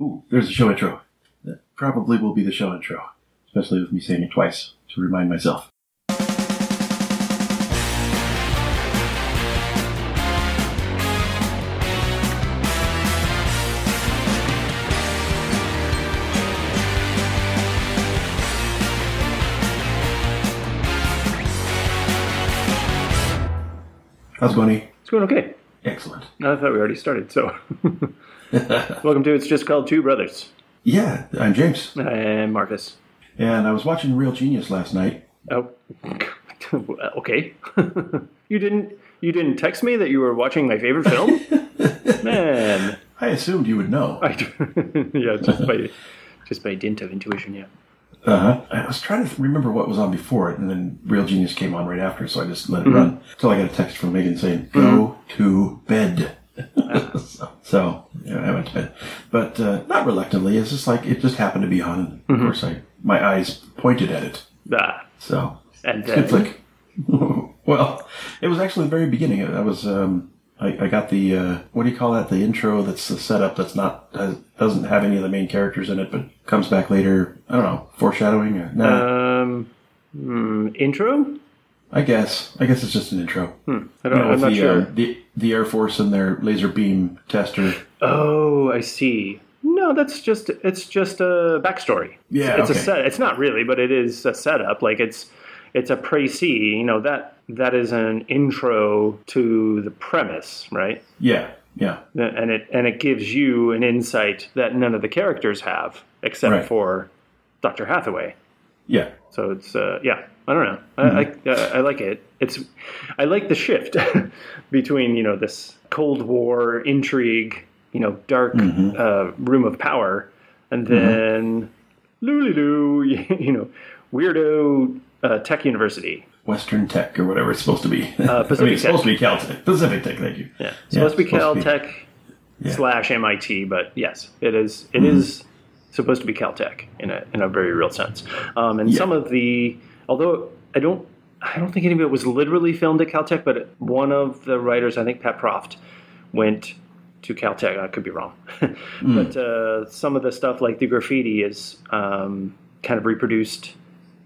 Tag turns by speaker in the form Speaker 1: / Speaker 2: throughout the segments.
Speaker 1: Ooh, there's a show intro. That probably will be the show intro, especially with me saying it twice to remind myself. How's it going? E?
Speaker 2: It's going okay.
Speaker 1: Excellent.
Speaker 2: I thought we already started, so. Welcome to It's Just Called Two Brothers.
Speaker 1: Yeah, I'm James.
Speaker 2: And Marcus.
Speaker 1: And I was watching Real Genius last night.
Speaker 2: Oh, okay. you didn't. You didn't text me that you were watching my favorite film, man.
Speaker 1: I assumed you would know.
Speaker 2: I, yeah, just by just by dint of intuition, yeah.
Speaker 1: Uh-huh. I was trying to remember what was on before it, and then Real Genius came on right after, so I just let it run. Until I got a text from Megan saying, go to bed. so, so, yeah, I went to bed. But uh, not reluctantly, it's just like, it just happened to be on, and of course I, my eyes pointed at it.
Speaker 2: Ah,
Speaker 1: So,
Speaker 2: and then,
Speaker 1: it's like, well, it was actually the very beginning. I was, um, I, I got the, uh, what do you call that? The intro that's the setup that's not, has, doesn't have any of the main characters in it, but comes back later. I don't know, foreshadowing? Uh, Or, no.
Speaker 2: um, hmm, intro.
Speaker 1: I guess. I guess it's just an intro.
Speaker 2: I
Speaker 1: You
Speaker 2: don't,
Speaker 1: know,
Speaker 2: hmm, I'm
Speaker 1: with
Speaker 2: not
Speaker 1: the,
Speaker 2: sure.
Speaker 1: uh, the the Air Force and their laser beam tester.
Speaker 2: Oh, I see. No, that's just it's just a backstory.
Speaker 1: Yeah,
Speaker 2: it's
Speaker 1: okay.
Speaker 2: a set. It's not really, but it is a setup. Like it's it's a précis. You know that that is an intro to the premise, right?
Speaker 1: Yeah, yeah,
Speaker 2: And it and it gives you an insight that none of the characters have except
Speaker 1: Right.
Speaker 2: for Doctor Hathaway.
Speaker 1: yeah.
Speaker 2: So it's uh, yeah. I don't know. I, I, uh, I like it. It's I like the shift between you know this Cold War intrigue, you know, dark uh, room of power, and then lulu, you know, weirdo uh, tech university.
Speaker 1: Western Tech or whatever it's supposed to be. I mean,
Speaker 2: Uh, Pacific
Speaker 1: it's supposed to be Caltech. Pacific Tech. Thank you.
Speaker 2: Yeah, supposed to be
Speaker 1: it's supposed to
Speaker 2: Caltech slash MIT, but yes, it is. It
Speaker 1: Mm-hmm.
Speaker 2: is supposed to be Caltech in a in a very real sense. Um, and
Speaker 1: Yeah.
Speaker 2: some of the, although I don't, I don't think any of it was literally filmed at Caltech, but one of the writers, I think Pat Proft, went to Caltech. I could be wrong,
Speaker 1: Mm.
Speaker 2: but uh, some of the stuff like the graffiti is um, kind of reproduced.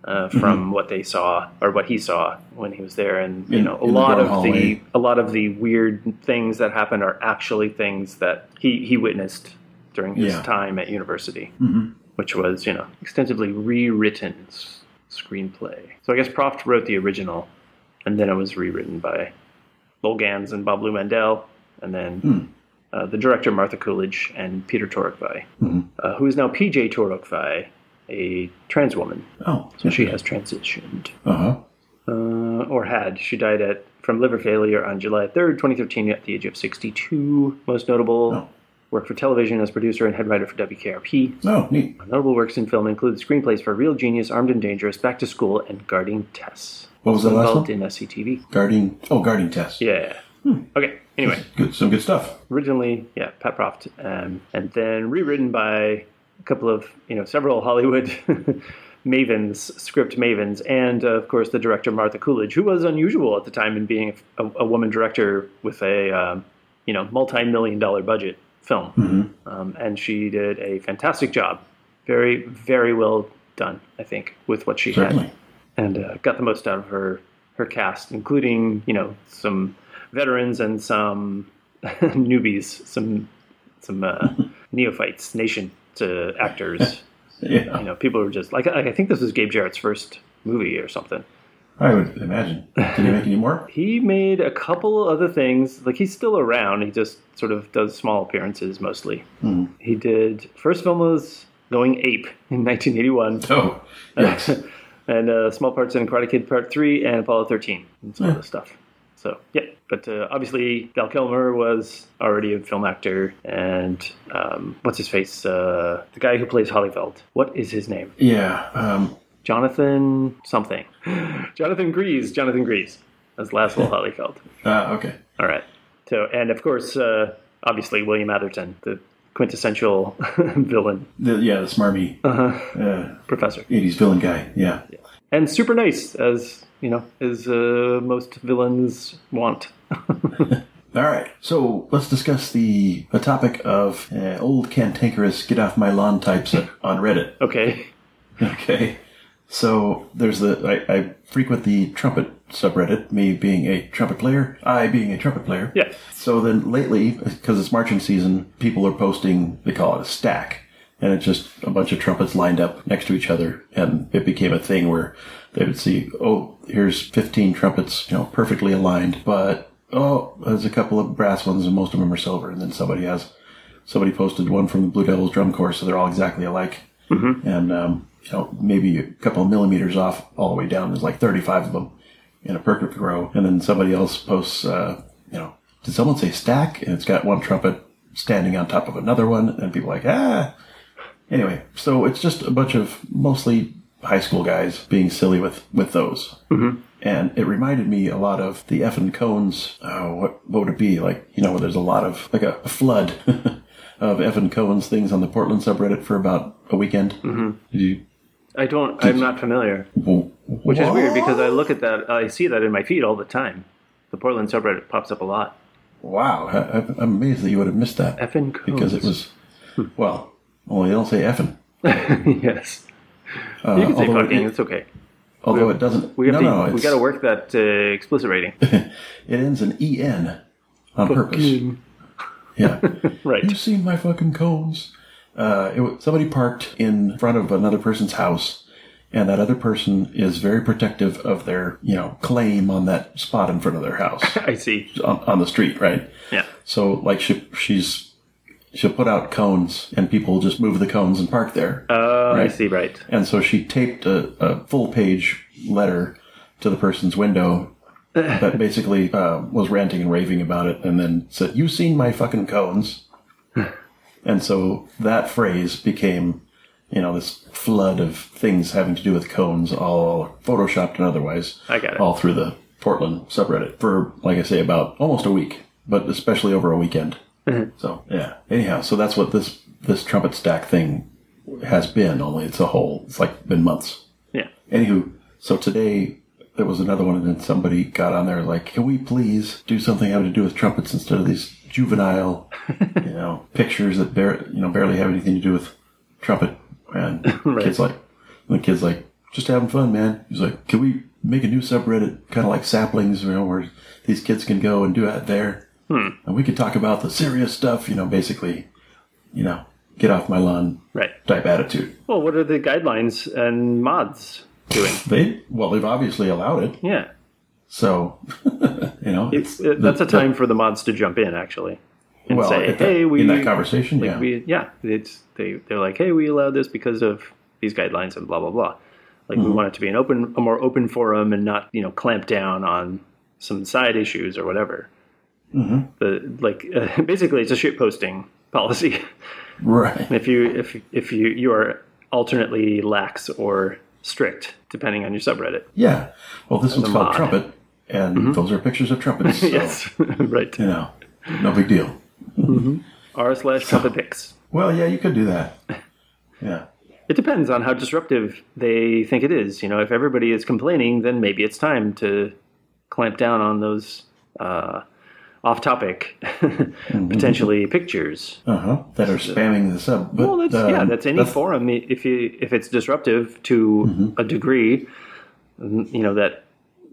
Speaker 2: Uh, from what they saw or what he saw when he was there, and you
Speaker 1: Mm-hmm. In-
Speaker 2: know a
Speaker 1: in the
Speaker 2: lot
Speaker 1: dorm
Speaker 2: of
Speaker 1: hallway.
Speaker 2: the a lot of the weird things that happened are actually things that he, he witnessed during his
Speaker 1: Yeah.
Speaker 2: time at university, which was, you know, extensively rewritten s- screenplay. So I guess Proft wrote the original, and then it was rewritten by Lowell Gans and Bob Lou Mandel, and then uh, the director Martha Coolidge and Peter Torokvai, uh, who is now PJ Torokvai, a trans woman.
Speaker 1: Oh,
Speaker 2: So she has transitioned
Speaker 1: Uh huh.
Speaker 2: uh, or had. She died at from liver failure on July 3rd, 2013, at the age of 62. Most notable
Speaker 1: Oh.
Speaker 2: work for television as producer and head writer for WKRP.
Speaker 1: Oh, neat.
Speaker 2: Notable works in film include screenplays for Real Genius, Armed and Dangerous, Back to School, and Guarding Tess.
Speaker 1: What was the last
Speaker 2: Involved
Speaker 1: one? Hmm.
Speaker 2: in SCTV.
Speaker 1: Guarding. Oh, guarding test.
Speaker 2: Yeah. Okay. Anyway,
Speaker 1: Good. Some good stuff.
Speaker 2: originally, yeah, Pat Proft, um, and then rewritten by a couple of, you know, several Hollywood mavens, script mavens, and uh, of course the director Martha Coolidge, who was unusual at the time in being a, a woman director with a, um, you know, multi-million dollar budget film, um, and she did a fantastic job, very, very well done, I think, with what she had
Speaker 1: Certainly.
Speaker 2: and uh, got the most out of her her cast, including you know some veterans and some newbies, some some uh, neophytes, nation to actors.
Speaker 1: Yeah.
Speaker 2: You know, people who were just like I I think this was Gabe Jarrett's first movie or something.
Speaker 1: I would imagine. Did he make any more?
Speaker 2: He made a couple other things. Like he's still around. He just sort of does small appearances mostly. He did first film was Going Ape in 1981.
Speaker 1: Oh, yes.
Speaker 2: and uh, small parts in Karate Kid Part Three and Apollo Thirteen and some
Speaker 1: Yeah.
Speaker 2: other stuff. So yeah, but uh, obviously Val Kilmer was already a film actor, and um, what's his face, uh, the guy who plays Hollyfeld. What is his name?
Speaker 1: yeah. Um,
Speaker 2: Jonathan something. Jonathan Grease. Jonathan Grease. That's Laszlo Hollyfeld.
Speaker 1: uh, okay.
Speaker 2: All right. So and of course, uh, obviously William Atherton, the quintessential villain
Speaker 1: The, yeah, the smarmy uh,
Speaker 2: professor.
Speaker 1: 80s villain guy. Yeah.
Speaker 2: and super nice as you know as uh, most villains want
Speaker 1: All right. So let's discuss the, the topic of uh, old cantankerous get off my lawn types on Reddit.
Speaker 2: Okay.
Speaker 1: Okay. So there's the I, I frequent the trumpet subreddit. Me being a trumpet player, I being a trumpet player.
Speaker 2: Yeah.
Speaker 1: So then lately, because it's marching season, people are posting. They call it a stack, and it's just a bunch of trumpets lined up next to each other, and it became a thing where they would see, oh, here's 15 trumpets, you know, perfectly aligned, but oh, there's a couple of brass ones, and most of them are silver, and then somebody has somebody posted one from the Blue Devils drum corps, so they're all exactly alike, and um, you know, maybe a couple of millimeters off all the way down. There's like 35 of them in a perfect row, and then somebody else posts, uh, you know, did someone say stack? And it's got one trumpet standing on top of another one, and people are like ah. Anyway, so it's just a bunch of mostly high school guys being silly with with those. Mm-hmm. And it reminded me a lot of the F and cones. Uh, what what would it be like? You know, where there's a lot of like a, a flood of F and cones things on the Portland subreddit for about a weekend. Mm-hmm. Did you?
Speaker 2: I don't. I'm not familiar,
Speaker 1: Which
Speaker 2: which is weird because I look at that. I see that in my feed all the time. The Portland subreddit pops up a lot.
Speaker 1: wow, I, I'm amazed that you would have missed that
Speaker 2: Effing codes.
Speaker 1: because it was well. Well, you don't say effing.
Speaker 2: yes.
Speaker 1: Uh,
Speaker 2: you can say
Speaker 1: although
Speaker 2: fucking.
Speaker 1: It,
Speaker 2: it's okay.
Speaker 1: although it doesn't.
Speaker 2: We have
Speaker 1: no,
Speaker 2: to.
Speaker 1: no,
Speaker 2: we
Speaker 1: it's-
Speaker 2: got to work that uh, explicit rating.
Speaker 1: It ends in en on purpose. Yeah.
Speaker 2: right.
Speaker 1: You've seen my fucking cones. Uh, it was, somebody parked in front of another person's house, and that other person is very protective of their, you know, claim on that spot in front of their house
Speaker 2: I see.
Speaker 1: on, on the street, right?
Speaker 2: Yeah.
Speaker 1: So, like, she, she's she'll put out cones, and people just move the cones and park there.
Speaker 2: Oh, I
Speaker 1: Right.
Speaker 2: see. Right.
Speaker 1: and so she taped a, a full page letter to the person's window that basically uh, was ranting and raving about it and then said you seen my fucking cones and so that phrase became you know this flood of things having to do with cones all photoshopped and otherwise
Speaker 2: I got it.
Speaker 1: all through the portland subreddit for like i say about almost a week but especially over a weekend
Speaker 2: Mm-hmm.
Speaker 1: so yeah anyhow so that's what this this trumpet stack thing has been, only it's a whole, it's like been months.
Speaker 2: Yeah.
Speaker 1: Anywho, so today there was another one, and then somebody got on there like, can we please do something having to do with trumpets instead of these juvenile, you know, pictures that bar- you know barely have anything to do with trumpet? And the kids like, the kids like, just having fun, man. He's like, can we make a new subreddit, kind of like saplings, you know, where these kids can go and do that there, and we could talk about the serious stuff, you know, basically, you know, get off my lawn
Speaker 2: Right.
Speaker 1: type attitude.
Speaker 2: Well, what are the guidelines and mods doing?
Speaker 1: They well, they've obviously allowed it.
Speaker 2: Yeah.
Speaker 1: So you know,
Speaker 2: It's, uh, that's a time for the mods to jump in, actually, and
Speaker 1: well,
Speaker 2: say,
Speaker 1: at that-
Speaker 2: "Hey, we
Speaker 1: in that conversation,
Speaker 2: like,
Speaker 1: yeah,
Speaker 2: we yeah." It's they they're like, "Hey, we allowed this because of these guidelines and blah blah blah." Like
Speaker 1: Mm-hmm.
Speaker 2: we want it to be an open, a more open forum, and not you know clamp down on some side issues or whatever.
Speaker 1: Mm-hmm.
Speaker 2: The like uh, basically it's a shit posting policy.
Speaker 1: right,
Speaker 2: if you if if you you are alternately lax or strict depending on your subreddit.
Speaker 1: yeah. Well, this one's called
Speaker 2: mod. Mm-hmm.
Speaker 1: trumpet, and those are pictures of trumpets. So,
Speaker 2: Yes, right.
Speaker 1: you know, no big deal.
Speaker 2: R slash trumpet pics.
Speaker 1: Well, yeah, you could do that. Yeah,
Speaker 2: It depends on how disruptive they think it is. You know, if everybody is complaining, then maybe it's time to clamp down on those uh, off-topic,
Speaker 1: Mm-hmm.
Speaker 2: potentially pictures.
Speaker 1: uh huh. That are spamming the sub. But,
Speaker 2: Well, that's
Speaker 1: um,
Speaker 2: yeah, that's any forum. I- If you if it's disruptive to
Speaker 1: Mm-hmm.
Speaker 2: a degree, n- you know that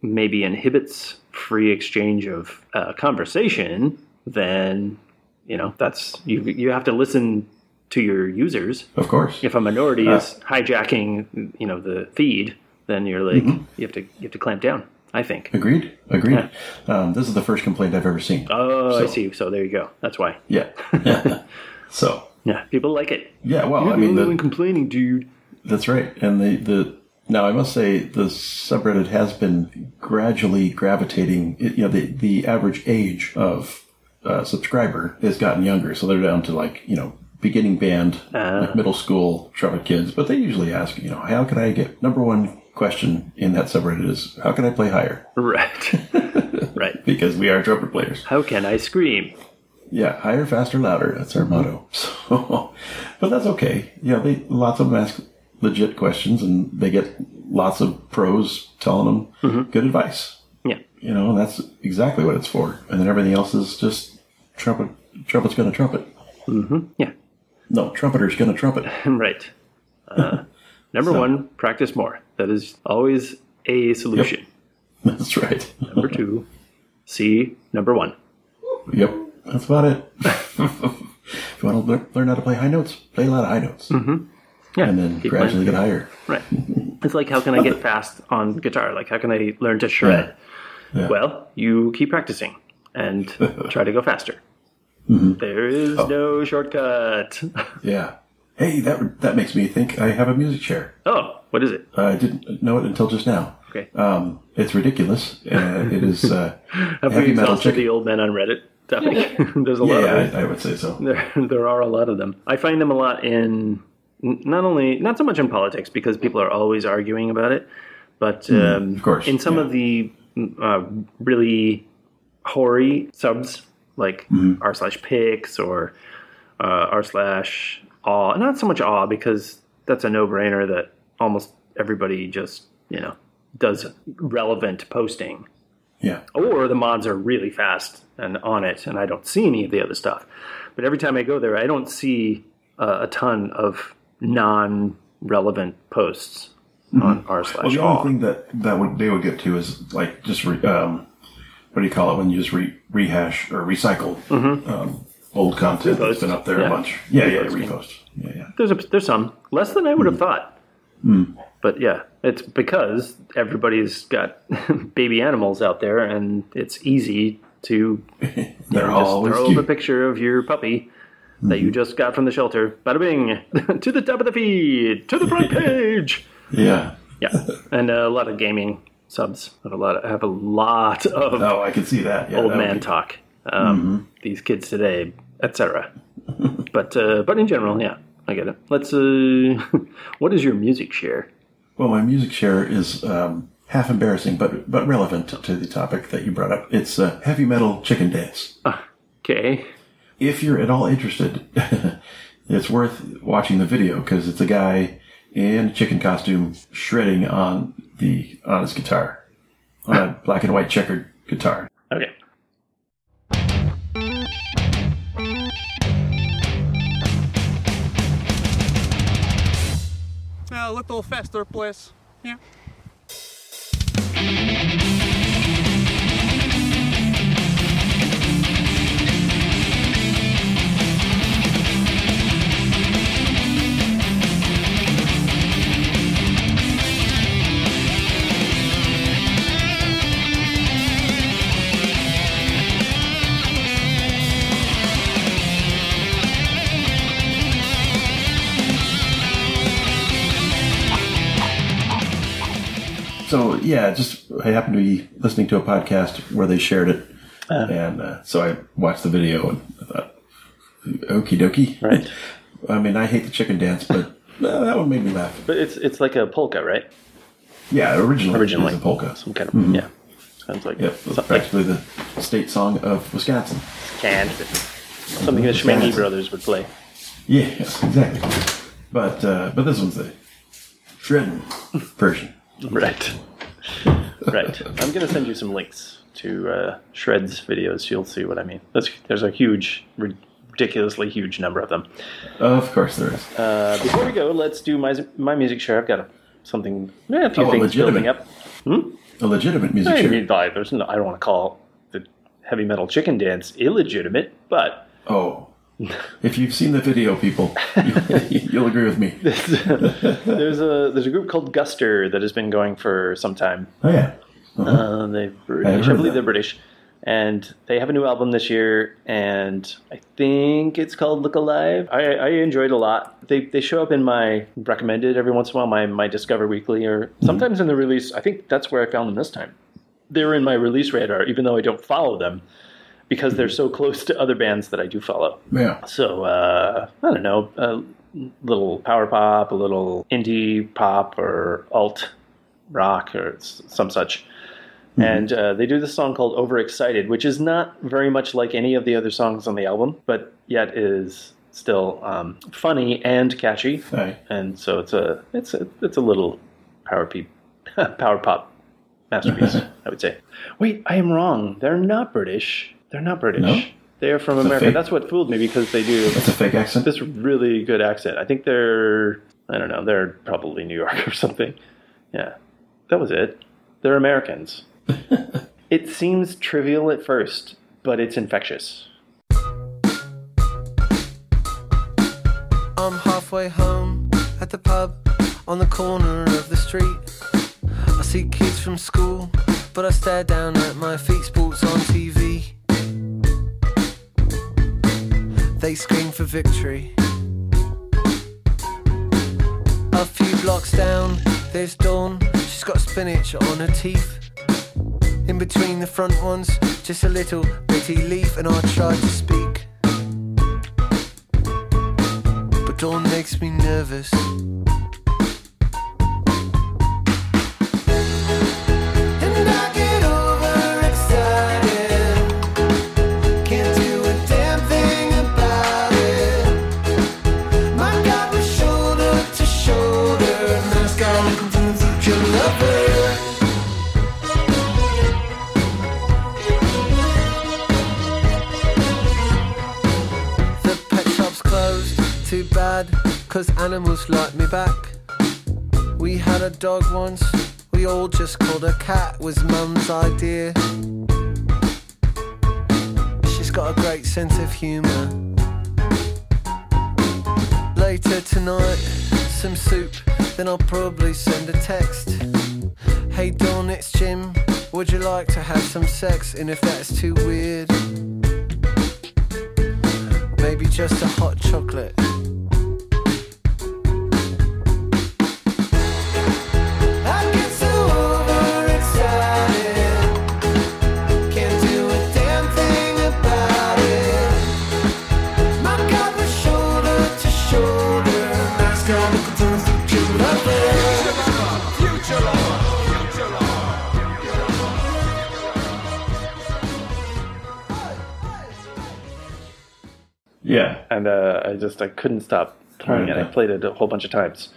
Speaker 2: maybe inhibits free exchange of uh, conversation. Then you know that's you you have to listen to your users.
Speaker 1: of course.
Speaker 2: If a minority
Speaker 1: Uh,
Speaker 2: is hijacking, you know the feed, then you're like
Speaker 1: Mm-hmm.
Speaker 2: you have to you have to clamp down. I think.
Speaker 1: Agreed. Agreed. Um, this is the first complaint I've ever seen.
Speaker 2: Oh, I see. So there you go. That's why.
Speaker 1: yeah. so
Speaker 2: Yeah, people like it.
Speaker 1: yeah. Well, I
Speaker 2: You're the
Speaker 1: mean,
Speaker 2: only
Speaker 1: the,
Speaker 2: one complaining, dude.
Speaker 1: That's right. And the, the now I must say the subreddit has been gradually gravitating. It, you know, the the average age of uh, subscriber has gotten younger, so they're down to like you know beginning band, like middle school trumpet kids. But they usually ask, you know, how can I get number one question in that subreddit is how can I play higher
Speaker 2: Right. right.
Speaker 1: because we are trumpet players.
Speaker 2: How can I scream?
Speaker 1: Yeah, higher, faster, louder. That's our motto. So, but that's okay. Yeah, they lots of them ask
Speaker 2: Mm-hmm.
Speaker 1: legit questions, and they get lots of pros telling them good advice.
Speaker 2: Yeah.
Speaker 1: You know, that's exactly what it's for. And then everything else is just trumpet. Trumpet's going to trumpet.
Speaker 2: Yeah,
Speaker 1: No, trumpeter's going to trumpet.
Speaker 2: right. Uh, number one, practice more. That is always a solution.
Speaker 1: That's right.
Speaker 2: Number two, see number one.
Speaker 1: Yep, that's about it. if you want to learn how to play high notes, play a lot of high notes, mm-hmm.
Speaker 2: Yeah,
Speaker 1: and then
Speaker 2: keep
Speaker 1: gradually get higher.
Speaker 2: Right. It's like, how can I get fast on guitar? Like, how can I learn to shred?
Speaker 1: Yeah.
Speaker 2: Well, you keep practicing and try to go faster.
Speaker 1: Mm-hmm.
Speaker 2: There is
Speaker 1: Oh.
Speaker 2: no shortcut.
Speaker 1: Yeah. Hey, that that makes me think I have a music chair.
Speaker 2: Oh, what is it?
Speaker 1: I didn't know it until just now.
Speaker 2: Okay.
Speaker 1: Um, it's ridiculous. Uh, it is uh,
Speaker 2: Have we
Speaker 1: heavy metal
Speaker 2: exhausted
Speaker 1: chicken.
Speaker 2: the old men on Reddit topic? There's a
Speaker 1: Yeah,
Speaker 2: lot of
Speaker 1: yeah
Speaker 2: them.
Speaker 1: I, I would say so.
Speaker 2: There, there are a lot of them. I find them a lot in n- not only not so much in politics because people are always arguing about it, but um,
Speaker 1: Hmm, of course,
Speaker 2: in some
Speaker 1: yeah.
Speaker 2: of the uh, really hoary subs like
Speaker 1: Hmm.
Speaker 2: r slash pics or uh, r slash awe. Not so much awe because that's a no brainer that almost everybody just you know does relevant posting
Speaker 1: Yeah.
Speaker 2: or the mods are really fast and on it, and I don't see any of the other stuff. But every time I go there, I don't see uh, a ton of non-relevant posts on
Speaker 1: Hmm. Well,
Speaker 2: r slash
Speaker 1: the only
Speaker 2: all.
Speaker 1: thing that that would they would get to is like just re, um, what do you call it when you just re, rehash or recycle um, old content that's been up there
Speaker 2: Mm-hmm. Yeah.
Speaker 1: a bunch. Yeah, yeah, repost. Yeah, yeah.
Speaker 2: There's a, there's some less than I
Speaker 1: Hmm.
Speaker 2: would have thought. But yeah, it's because everybody's got baby animals out there, and it's easy to
Speaker 1: They're
Speaker 2: just
Speaker 1: always Hmm.
Speaker 2: throw up a
Speaker 1: cute.
Speaker 2: picture of your puppy that you just got from the shelter. Bada bing! to the top of the feed! To the front page!
Speaker 1: Yeah.
Speaker 2: Yeah, and a lot of gaming subs. Have a lot. Of, have a lot of
Speaker 1: Oh, Mm-hmm. I can see that. Yeah,
Speaker 2: old
Speaker 1: that would
Speaker 2: man
Speaker 1: be-
Speaker 2: talk. Um, These kids today, etc. but uh, but in general, yeah, I get it. Let's. Uh, what is your music share?
Speaker 1: Well, my music share is um, half embarrassing, but but relevant to the topic that you brought up. It's uh, heavy metal chicken dance.
Speaker 2: Okay.
Speaker 1: if you're at all interested, it's worth watching the video because it's a guy in a chicken costume shredding on the on his guitar, on a black and white checkered guitar.
Speaker 2: Okay.
Speaker 3: A little faster, please. Yeah.
Speaker 1: So yeah, just I happened to be listening to a podcast where they shared it,
Speaker 2: Ah.
Speaker 1: and uh, so I watched the video and I thought, okie dokie.
Speaker 2: Right.
Speaker 1: I mean, I hate the chicken dance, but uh, that one made me laugh.
Speaker 2: But it's it's like a polka, right?
Speaker 1: Yeah, originally,
Speaker 2: Originally.
Speaker 1: it was a polka. Mm-hmm.
Speaker 2: Some kind of yeah. Sounds like
Speaker 1: Yep, it's
Speaker 2: something
Speaker 1: practically the state song of Wisconsin.
Speaker 2: canned. Something the Schmengi brothers would play.
Speaker 1: Yes, exactly. But uh, but this one's the shredding version.
Speaker 2: Right. right. I'm going to send you some links to uh, Shred's videos. You'll see what I mean. There's, there's a huge, ridiculously huge number of them.
Speaker 1: Of course there is.
Speaker 2: Uh, before we go, let's do my, my music share. I've got a, something, eh, a few
Speaker 1: Oh,
Speaker 2: things
Speaker 1: legitimate.
Speaker 2: building up.
Speaker 1: A legitimate music
Speaker 2: I,
Speaker 1: share.
Speaker 2: mean, I, there's no, I don't want to call the heavy metal chicken dance illegitimate, but
Speaker 1: Oh. If you've seen the video, people, you'll agree with me.
Speaker 2: there's a there's a group called Guster that has been going for some time.
Speaker 1: Oh, yeah. Uh-huh.
Speaker 2: Uh, they
Speaker 1: I
Speaker 2: British, I,
Speaker 1: heard
Speaker 2: believe
Speaker 1: that.
Speaker 2: they're British, and they have a new album this year, and I think it's called "Look Alive." I, I enjoyed a lot. They they show up in my recommended every once in a while, my my Discover Weekly, or
Speaker 1: Mm-hmm.
Speaker 2: sometimes in the release. I think that's where I found them this time. They were in my release radar, even though I don't follow them, because
Speaker 1: Mm-hmm.
Speaker 2: they're so close to other bands that I do follow.
Speaker 1: Yeah.
Speaker 2: So uh, I don't know, a little power pop, a little indie pop, or alt rock, or s- some such. And uh, they do this song called "Overexcited," which is not very much like any of the other songs on the album, but yet is still um, funny and catchy.
Speaker 1: All right.
Speaker 2: And so it's a it's a it's a little power pe- power pop masterpiece, I would say. Wait, I am wrong. They're not British. They're not British.
Speaker 1: No?
Speaker 2: They are from
Speaker 1: a
Speaker 2: America.
Speaker 1: fake-
Speaker 2: That's what fooled me because they do
Speaker 1: That's a fake accent.
Speaker 2: this really good accent. I think they're I don't know, they're probably New York or something. Yeah. That was it. They're Americans. it seems trivial at first, but it's infectious.
Speaker 4: I'm halfway home at the pub on the corner of the street. I see kids from school, but I stare down at my feet, sports on TV. They scream for victory. A few blocks down, there's Dawn. She's got spinach on her teeth. In between the front ones, just a little bitty leaf, and I try to speak. But dawn makes me nervous. And I get overexcited. Can't do a damn thing about it. My God was shoulder to shoulder. And I started to lose your lover. The pet shop's closed, too bad, cause animals like me back. We had a dog once, we all just called her cat, was mum's idea. She's got a great sense of humour. Later tonight, some soup, then I'll probably send a text. Hey Dawn, it's Jim. Would you like to have some sex? And if that's too weird, maybe just a hot chocolate. I get so overexcited. Can't do a damn thing about it. My God, we're shoulder to shoulder. That's gonna continue to future lover.
Speaker 1: Yeah.
Speaker 2: And uh, I just I couldn't stop playing it. I
Speaker 1: Okay.
Speaker 2: played it a whole bunch of times.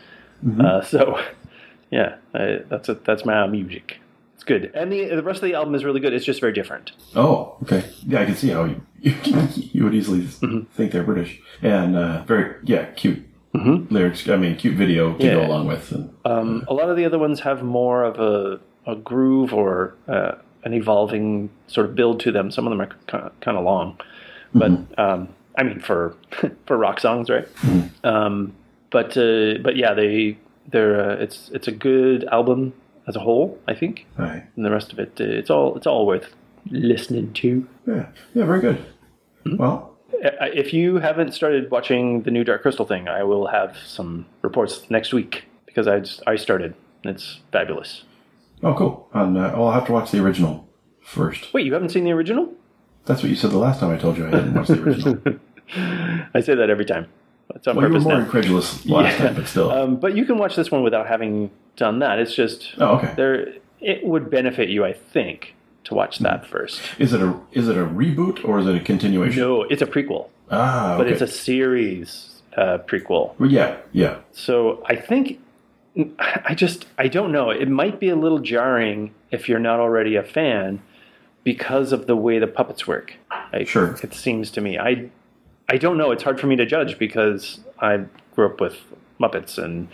Speaker 2: Uh, so yeah, I, that's a, that's my music. It's good. And the, the rest of the album is really good. It's just very different.
Speaker 1: Oh, okay. Yeah, I can see how you you would easily think they're British and uh, very yeah cute lyrics. I mean, cute video to go
Speaker 2: Yeah.
Speaker 1: along with. And,
Speaker 2: Um, a lot of the other ones have more of a, a groove or uh, an evolving sort of build to them. Some of them are kind of long, but um, I mean for for rock songs, right? Um, but uh, but yeah, they they're uh, it's it's a good album as a whole, I think.
Speaker 1: all right.
Speaker 2: And the rest of it, uh, it's all it's all worth listening to.
Speaker 1: Yeah. Yeah. Very good. Well,
Speaker 2: I- I- If you haven't started watching the new Dark Crystal thing, I will have some reports next week because I just, I started. and It's fabulous.
Speaker 1: oh, cool. And uh, I'll have to watch the original first.
Speaker 2: Wait, you haven't seen the original?
Speaker 1: That's what you said the last time I told you I hadn't watched the original.
Speaker 2: I say that every time. It's on
Speaker 1: well, you were
Speaker 2: purpose
Speaker 1: more
Speaker 2: now.
Speaker 1: incredulous last
Speaker 2: Yeah.
Speaker 1: time, but still.
Speaker 2: Um, but you can watch this one without having done that. It's just
Speaker 1: oh, okay.
Speaker 2: there. It would benefit you, I think, to watch
Speaker 1: Hmm.
Speaker 2: that first.
Speaker 1: Is it a is it a reboot or is it a continuation?
Speaker 2: No, it's a prequel,
Speaker 1: Ah,
Speaker 2: but
Speaker 1: okay.
Speaker 2: it's a series uh, prequel.
Speaker 1: Well, yeah, yeah.
Speaker 2: So I think I just I don't know. It might be a little jarring if you're not already a fan because of the way the puppets work. I,
Speaker 1: Sure.
Speaker 2: it seems to me. I I don't know. It's hard for me to judge because I grew up with Muppets, and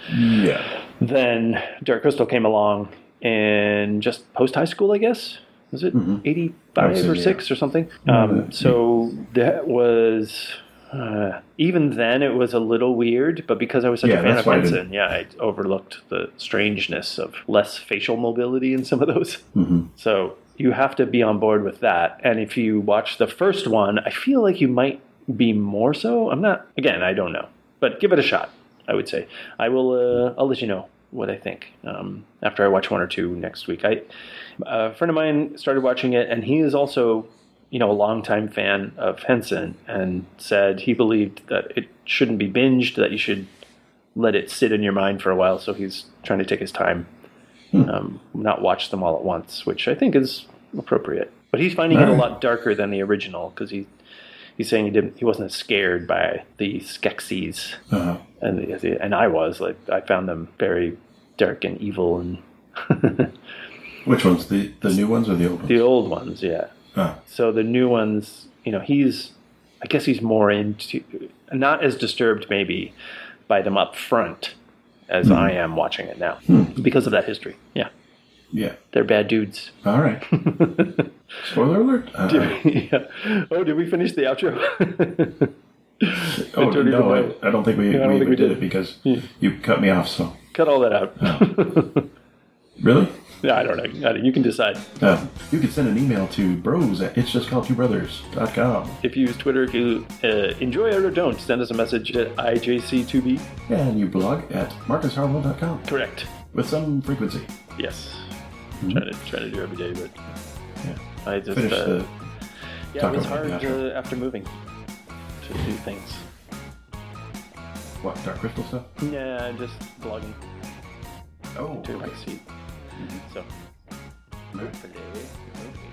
Speaker 1: Yeah.
Speaker 2: then Dark Crystal came along in just post high school, I guess. Was it eighty
Speaker 1: I'd
Speaker 2: five
Speaker 1: say, Mm-hmm. yeah.
Speaker 2: or
Speaker 1: Mm-hmm.
Speaker 2: six or something? Um, so that was. Uh, even then, it was a little weird, but because I was such
Speaker 1: Yeah,
Speaker 2: a fan
Speaker 1: that's
Speaker 2: of
Speaker 1: why I
Speaker 2: Henson, yeah, I overlooked the strangeness of less facial mobility in some of those.
Speaker 1: Mm-hmm.
Speaker 2: So you have to be on board with that. And if you watch the first one, I feel like you might be more so. I'm not. Again, I don't know, but give it a shot. I would say I will. Uh, I'll let you know what I think um, after I watch one or two next week. I a friend of mine started watching it, and he is also. You know, a longtime fan of Henson, and said he believed that it shouldn't be binged, that you should let it sit in your mind for a while. So he's trying to take his time, um, not watch them all at once, which I think is appropriate. But he's finding it a
Speaker 1: Alright.
Speaker 2: lot darker than the original because he he's saying he didn't he wasn't as scared by the Skeksis,
Speaker 1: Uh,
Speaker 2: and the, and I was like I found them very dark and evil and
Speaker 1: Which ones? The the new ones or the old ones?
Speaker 2: The old ones, yeah.
Speaker 1: Ah,
Speaker 2: So the new ones, you know, he's, I guess he's more into, not as disturbed maybe by them up front as I am watching it now because of that history. Yeah.
Speaker 1: Hmm. yeah.
Speaker 2: They're bad dudes.
Speaker 1: All right. Spoiler alert. Uh,
Speaker 2: yeah. Oh, did we finish the outro?
Speaker 1: oh
Speaker 2: turn it
Speaker 1: no,
Speaker 2: away.
Speaker 1: I, I don't think we,
Speaker 2: I don't
Speaker 1: we
Speaker 2: think
Speaker 1: even
Speaker 2: we
Speaker 1: did
Speaker 2: did.
Speaker 1: it because you cut me off. So
Speaker 2: Cut all that out.
Speaker 1: really,
Speaker 2: Yeah, I don't know. You can decide.
Speaker 1: uh, you can send an email to bros at it's just called two brothers.com.
Speaker 2: If you use Twitter, if you uh, enjoy it or don't, send us a message at IJC2B.
Speaker 1: and you blog at marcusharwell.com
Speaker 2: Correct.
Speaker 1: with some frequency.
Speaker 2: Yes. Trying to trying to do every day, but
Speaker 1: Yeah.
Speaker 2: I just
Speaker 1: Hmm. Finish
Speaker 2: uh,
Speaker 1: the
Speaker 2: yeah,
Speaker 1: talk
Speaker 2: it was
Speaker 1: about
Speaker 2: hard
Speaker 1: the outro.
Speaker 2: uh, after moving to do things.
Speaker 1: what dark crystal stuff.
Speaker 2: Yeah, just blogging
Speaker 1: Oh,
Speaker 2: to my seat. So.
Speaker 1: okay.
Speaker 2: Hopefully, hopefully.